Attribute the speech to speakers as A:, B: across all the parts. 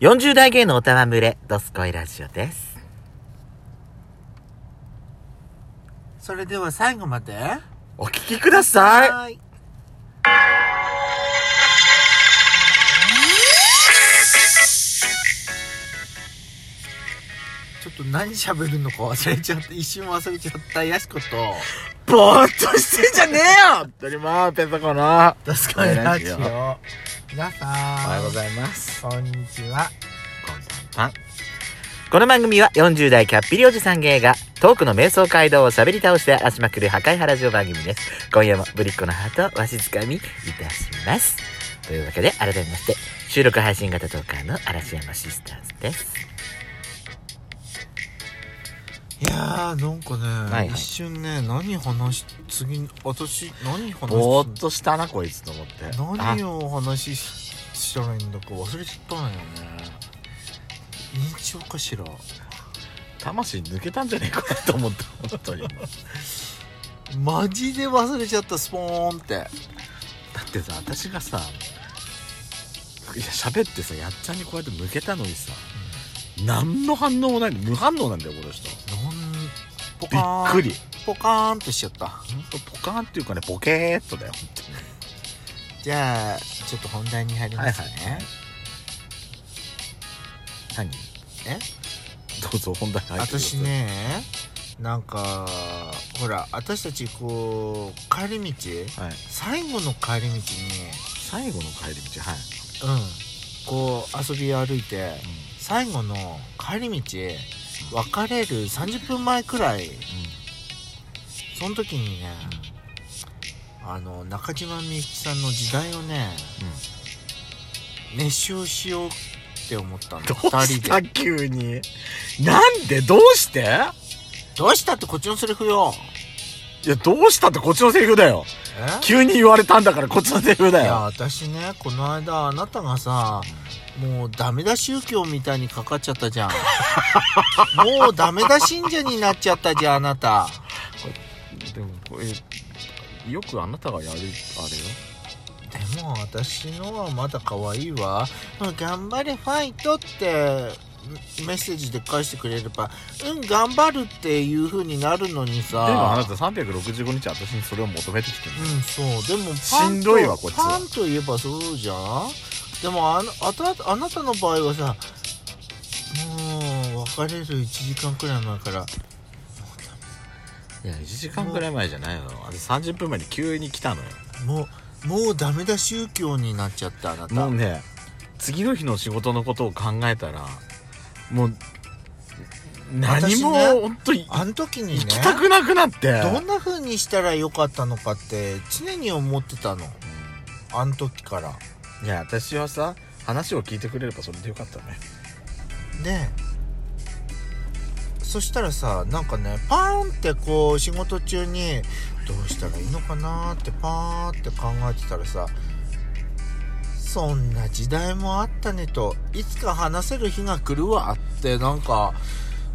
A: 40代芸のおたわむれ、ドスコイラジオです。
B: それでは最後まで
A: お聞きください。
B: いちょっと何喋るのか忘れちゃった一瞬忘れちゃったやしこと
A: ぼーっとしてんじゃねえよとりまーペソコの。おは
B: 確
A: かに
B: ラジオ皆さんお
A: います。
B: こんにちは
A: この番組は40代キャッピリおじさん芸がトークの瞑想街道を喋り倒して荒らしまくる破壊ハラジオ番組です。今夜もぶりっ子のハートをわしづかみいたします。というわけで改めまして収録配信型トーカーの嵐山シスターズです。
B: いやーなんかね、
A: はいはい
B: 一瞬ね何話し次私何話す
A: ぼーっとしたなこいつと思って
B: 何をお話しししたらいいんだか忘れちゃったんよね認知症かしら
A: 魂抜けたんじゃねえかと思った本当にだ
B: マジで忘れちゃったスポーンって
A: ってさ私がさいや喋ってさやっちゃんにこうやって抜けたのにさ、何の反応もないの無反応なんだよこの人
B: なん
A: び
B: ポ
A: っ
B: カーン
A: くり
B: ポカーンとしちゃった
A: ほんとポカーンっていうかねボケーっとだよ本
B: じゃあちょっと本題に入り
A: 当
B: ますね、
A: 何
B: え
A: どうぞ本題入ってくだ
B: 私
A: さい
B: ねなんかほら私たちこう帰り道
A: はい
B: 最後の帰り道に
A: 最後の帰り道はい、
B: うんこう遊び歩いて最後の帰り道別れる30分前くらいその時にねあの中島みゆきさんの時代をね熱唱しようって思ったの
A: どう
B: 二
A: し
B: 人
A: た
B: で
A: 急になんでどうして
B: どうしたってこっちのセリフよ
A: いやどうしたってこっちのセリフだよ
B: え
A: 急に言われたんだからこっちのセリフだ
B: いや
A: よ
B: 私ねこの間あなたがさもうダメだ宗教みたいにかかっちゃっ たじゃんもうダメだ信者になっちゃったじゃんあなた
A: でもこれよくあなたがやるあれよ
B: でも私のはまだ可愛いわうん頑張れファイトってメッセージで返してくれればうん頑張るっていう風になるのにさ
A: でもあなた365日私にそれを求めてきてる
B: うんそうでも
A: しんどいわこいつは
B: パンと言えばそうじゃんでもあのあたあなたの場合はさもう別れる1時間くらい前から
A: いや1時間ぐらい前じゃないのあれ30分前に急に来たのよ
B: もうもうダメだ宗教になっちゃったあなた
A: もうね次の日の仕事のことを考えたらもう何も
B: 私ね
A: 本当に
B: あの時にね
A: 行きたくなくなって
B: どんな風にしたらよかったのかって常に思ってたのあの時から
A: いや私はさ話を聞いてくれればそれでよかったね
B: でそしたらさなんかねパーンってこう仕事中にどうしたらいいのかなーってパーンって考えてたらさそんな時代もあったねといつか話せる日が来るわってなんか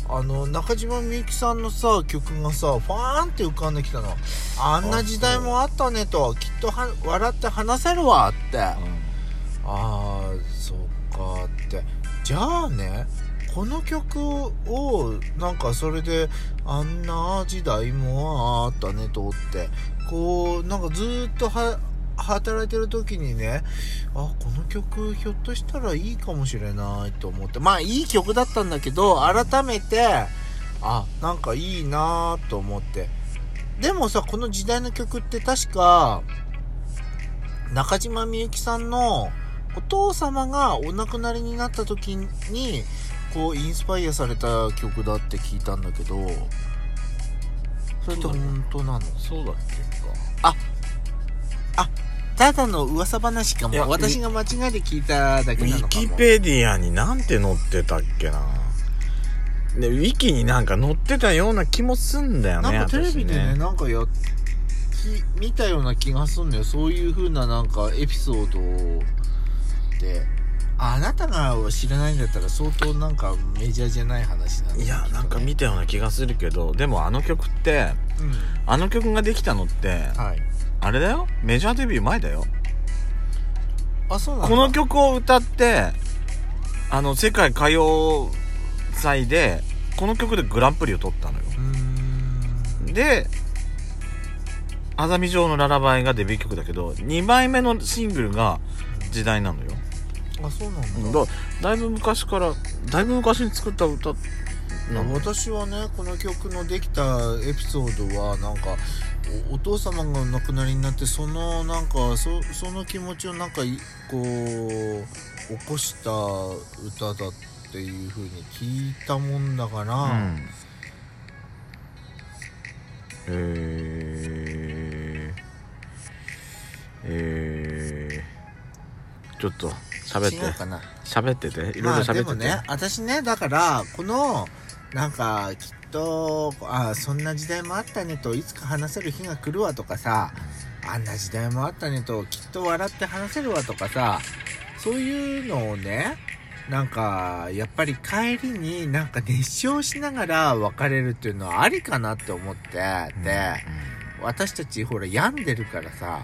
B: あの中島みゆきさんのさ曲がさファーンって浮かんできたのあんな時代もあったねときっとは笑って話せるわって、あーそっかってじゃあねこの曲をなんかそれであんな時代もあったねとってこうなんかずーっとは働いてる時にねあこの曲ひょっとしたらいいかもしれないと思ってまあいい曲だったんだけど改めてあなんかいいなーと思ってでもさこの時代の曲って確か中島みゆきさんのお父様がお亡くなりになった時にこうインスパイアされた曲だって聞いたんだけどそれって本当なの
A: そうだっけ
B: ただの噂話か
A: いや
B: も私が間違えて聞いただけな
C: ウ
B: の
C: ィ
B: か
C: キ
B: も
C: ペディアになんて載ってたっけな。ね、ウィキになんか載ってたような気もすんだよね。
B: なんかテレビでね
C: 私
B: なんかやっき見たような気がすんだよそういう風ななんかエピソードであなたが知らないんだったら相当なんかメジャーじゃない話なんだ
C: いや、なんか見た
B: て
C: ような気がするけど、でもあの曲って、
B: うん
C: あの曲ができたのって、
B: はい
C: あれだよメジャーデビュー前だよ。
B: あそうなん
C: こ
B: だ
C: の曲を歌って、
A: あの世界歌謡祭でこの曲でグランプリを取ったのよ
B: うーん
A: で「あざみ城のララバイ」がデビュー曲だけど2枚目のシングルが時代なのよ
B: あそうなんだ、
A: だだいぶ昔からだいぶ昔に作った歌なの
B: 私はねこの曲のできたエピソードはなんかおお父様がお亡くなりになってそのなんかそその気持ちをなんかいこう起こした歌だっていう風に聞いたもんだから、
A: うんえー、えー、ちょっと喋って
B: 違うかな
A: 喋ってていろ
B: ま
A: いろ喋
B: あ
A: ってて、
B: でもね私ねだからこのなんかきっとあそんな時代もあったねといつか話せる日が来るわとかさあんな時代もあったねときっと笑って話せるわとかさそういうのをねなんかやっぱり帰りになんか熱唱しながら別れるっていうのはありかなって思って
A: うん
B: で、私たちほら病んでるからさ、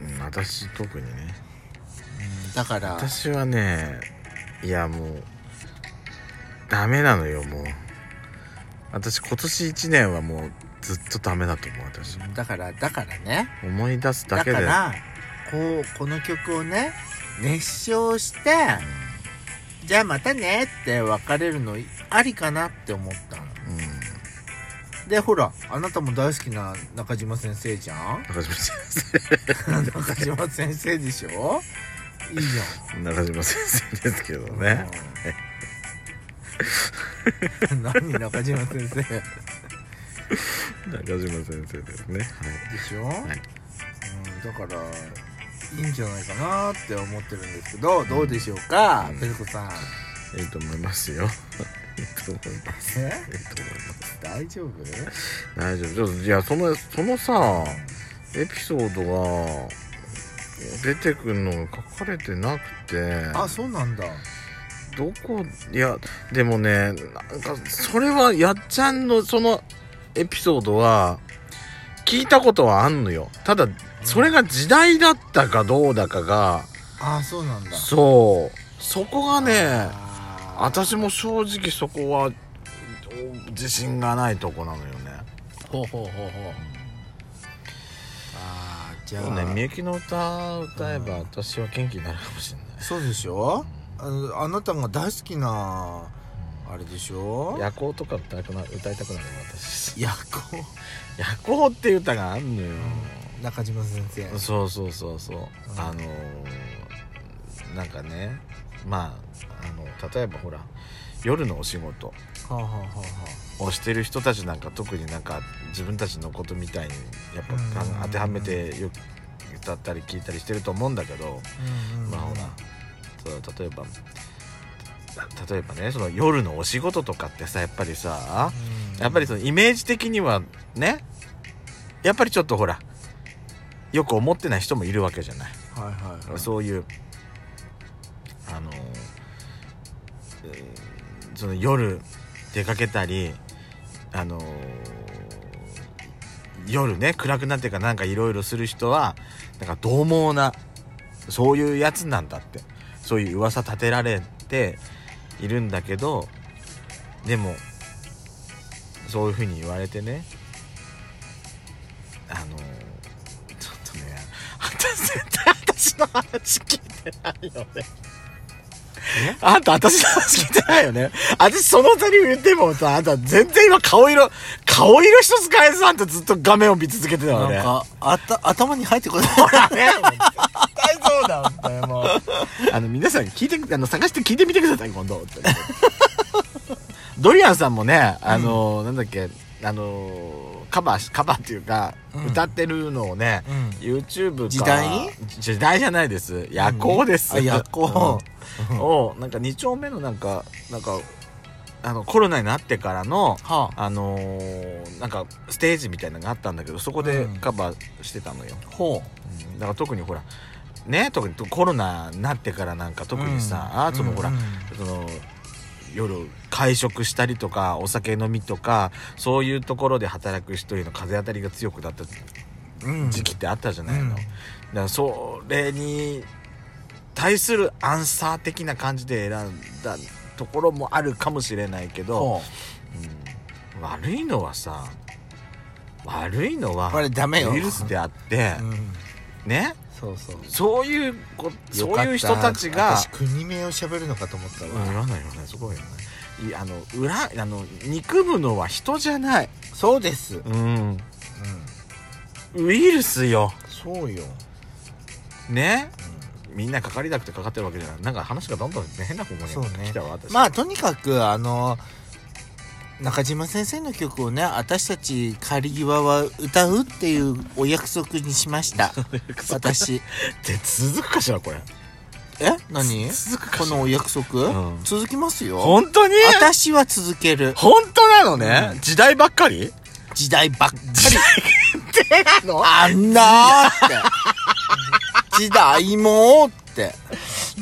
A: うんうん私特にね
B: だから
A: 私はねいやもうダメなのよもう私今年1年はもうずっとダメだと思う私
B: だからだからね
A: 思い出すだ
B: だ
A: け
B: か
A: で
B: らこうこの曲をね熱唱してじゃあまたねって別れるのありかなって思ったの
A: うん
B: でほらあなたも大好きな中島先生じゃ ん
A: 中島先
B: 中島先生でしょいいじゃ
A: 生中島先生ですけど
B: ん
A: ね、
B: うん何中島先生で
A: 中島先生ですね
B: しょ、
A: い
B: うん、だからいいんじゃないかなって思ってるんですけどどうでしょうか、
A: うん
B: ペルコ さん
A: はいいいと思いますよいいと思います
B: え
A: いいと思います
B: 大丈夫
A: 大丈夫ちょっといやそのそのさエピソードが出てくるのが書かれてなくて
B: あそうなんだ
A: どこいやでもねなんかそれはやっちゃんのそのエピソードは聞いたことはあんのよただそれが時代だったかどうだかが
B: あそうなんだ
A: そうそこがね
B: あ
A: 私も正直そこはお自信がないとこなのよね
B: ーほうほうほうほうあーじゃ
A: そう
B: あ
A: ねみゆきの歌歌えば私は元気になるかもしれない
B: そうでしょあのあなたが大好きなあれでしょ
A: 夜行とか歌いたくな歌いたくなるの私
B: やこ
A: 夜行っていう歌があんのよ、
B: 中島先生
A: そうそうそうそう、
B: ん
A: あのーなんかねまああの例えばほら夜のお仕事
B: はあ、はあはあは
A: をしてる人たちなんか特になんか自分たちのことみたいにやっぱか
B: うん
A: 当てはめてよく歌ったり聞いたりしてると思うんだけど、
B: あ、うんうん
A: まあほらそう例えばた例えばねその夜のお仕事とかってさやっぱりさ、
B: うん
A: やっぱりそのイメージ的にはねやっぱりちょっとほらよく思ってない人もいるわけじゃない。
B: はいはいはい
A: そういうあの、えーその夜出かけたりあの夜ね暗くなってからなんかいろいろする人はなんか獰猛なそういうやつなんだってそういう噂立てられているんだけどでもそういうふうに言われてねあのちょっとね私絶対私の話聞いてないよね
B: え
A: あんた私の話聞いてないよね私そのセリフ言ってもさあんた全然今顔色顔色一つ変えずあんたずっと画面を見続けてたよね
B: なんかあた頭に入ってこないほら
A: ね
B: 大丈夫だ本当にもう
A: あの皆さん聞いてあの探して聞いてみてください今度ドリアンさんもねあの、なんだっけあのカバーしカバーっていうか、
B: うん
A: 歌ってるのをね、
B: うん
A: YouTube か
B: 時代
A: 時代じゃないです夜行です、
B: あ夜行
A: うんをなんか2丁目のなんかなんかあのコロナになってからの
B: は
A: あのーなんかステージみたいなのがあったんだけどそこで
B: うん
A: カバーしてたのよ、
B: ほ
A: だから特にほらね特にコロナになってからなんか特にさ、
B: うん
A: あーそのほら、
B: うん
A: その夜会食したりとかお酒飲みとかそういうところで働く人への風当たりが強くなった
B: う、うん、
A: 時期ってあったじゃないの、
B: うん
A: だからそれに対するアンサー的な感じで選んだところもあるかもしれないけど、
B: も
A: うん悪いのはさ悪いのは
B: これダメよ
A: ウイルスであって
B: う、うん、
A: ね
B: そうそう
A: そういうこ
B: よ
A: そう
B: かった
A: いう人たちが
B: 私国名を喋るのかと思った
A: うん
B: わ、
A: 占い占いすごいよねいあの裏あの憎むのは人じゃない、
B: そうです、う
A: う
B: ん、
A: ん、ウイルスよ
B: そうよ、
A: ねみんなかかりたくてかかってるわけじゃないなんか話がどんどん変な方向に
B: そうね
A: 来たわ、
B: う
A: 私
B: ん、まあとにかくあの中島先生の曲をね私たち帰り際は歌うっていうお約束にしま した私
A: で続くかしらこれ
B: え何
A: 続くか
B: こ
A: しら
B: のお約束、
A: うん
B: 続きますよ
A: 本当に
B: 私は続ける
A: 本当なのね、
B: うん
A: 時代ばっかり
B: 時代ばっか
A: 時代ってなの
B: あんなーって時代も ーって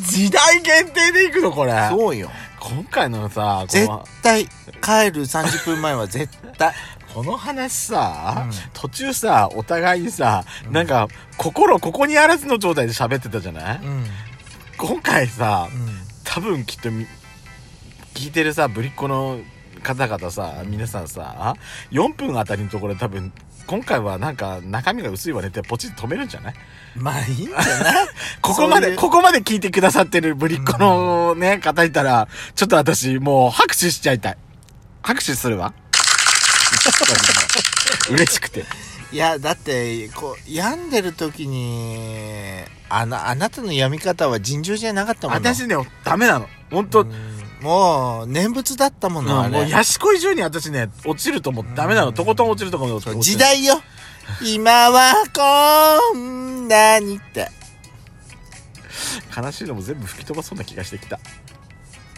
A: 時代限定でいくのこれ
B: そうよ
A: 今回のさこ
B: 絶
A: の
B: 対帰る30分前は絶 対
A: この話さ、
B: うん
A: 途中さお互いにさ、
B: うん
A: なんか心ここにあらずの状態で喋ってたじゃない、
B: うん、うん、
A: 今回さ多分きっとみ聞いてるさぶりっ子の方々さ皆さんさ4分あたりのところで多分今回はなんか中身が薄いわねってポチッと止めるんじゃない
B: まあいいんじゃない
A: ここまで
B: そういう
A: ここまで聞いてくださってるぶりっ子のね、方いたらちょっと私もう拍手しちゃいたい拍手するわ 嬉しくて
B: いやだってこう病んでる時にあのあなたの病み方は尋常じゃなかったもの
A: 私ねダメなの本当、
B: うんもう念仏だったも
A: うん
B: の、あ
A: もう
B: れ
A: やしこい中に私ね落ちるともうダメなの、
B: うん
A: とことん落ちるところに
B: 時代よ今はこんなにって
A: 悲しいのも全部吹き飛ばそうな気がしてきた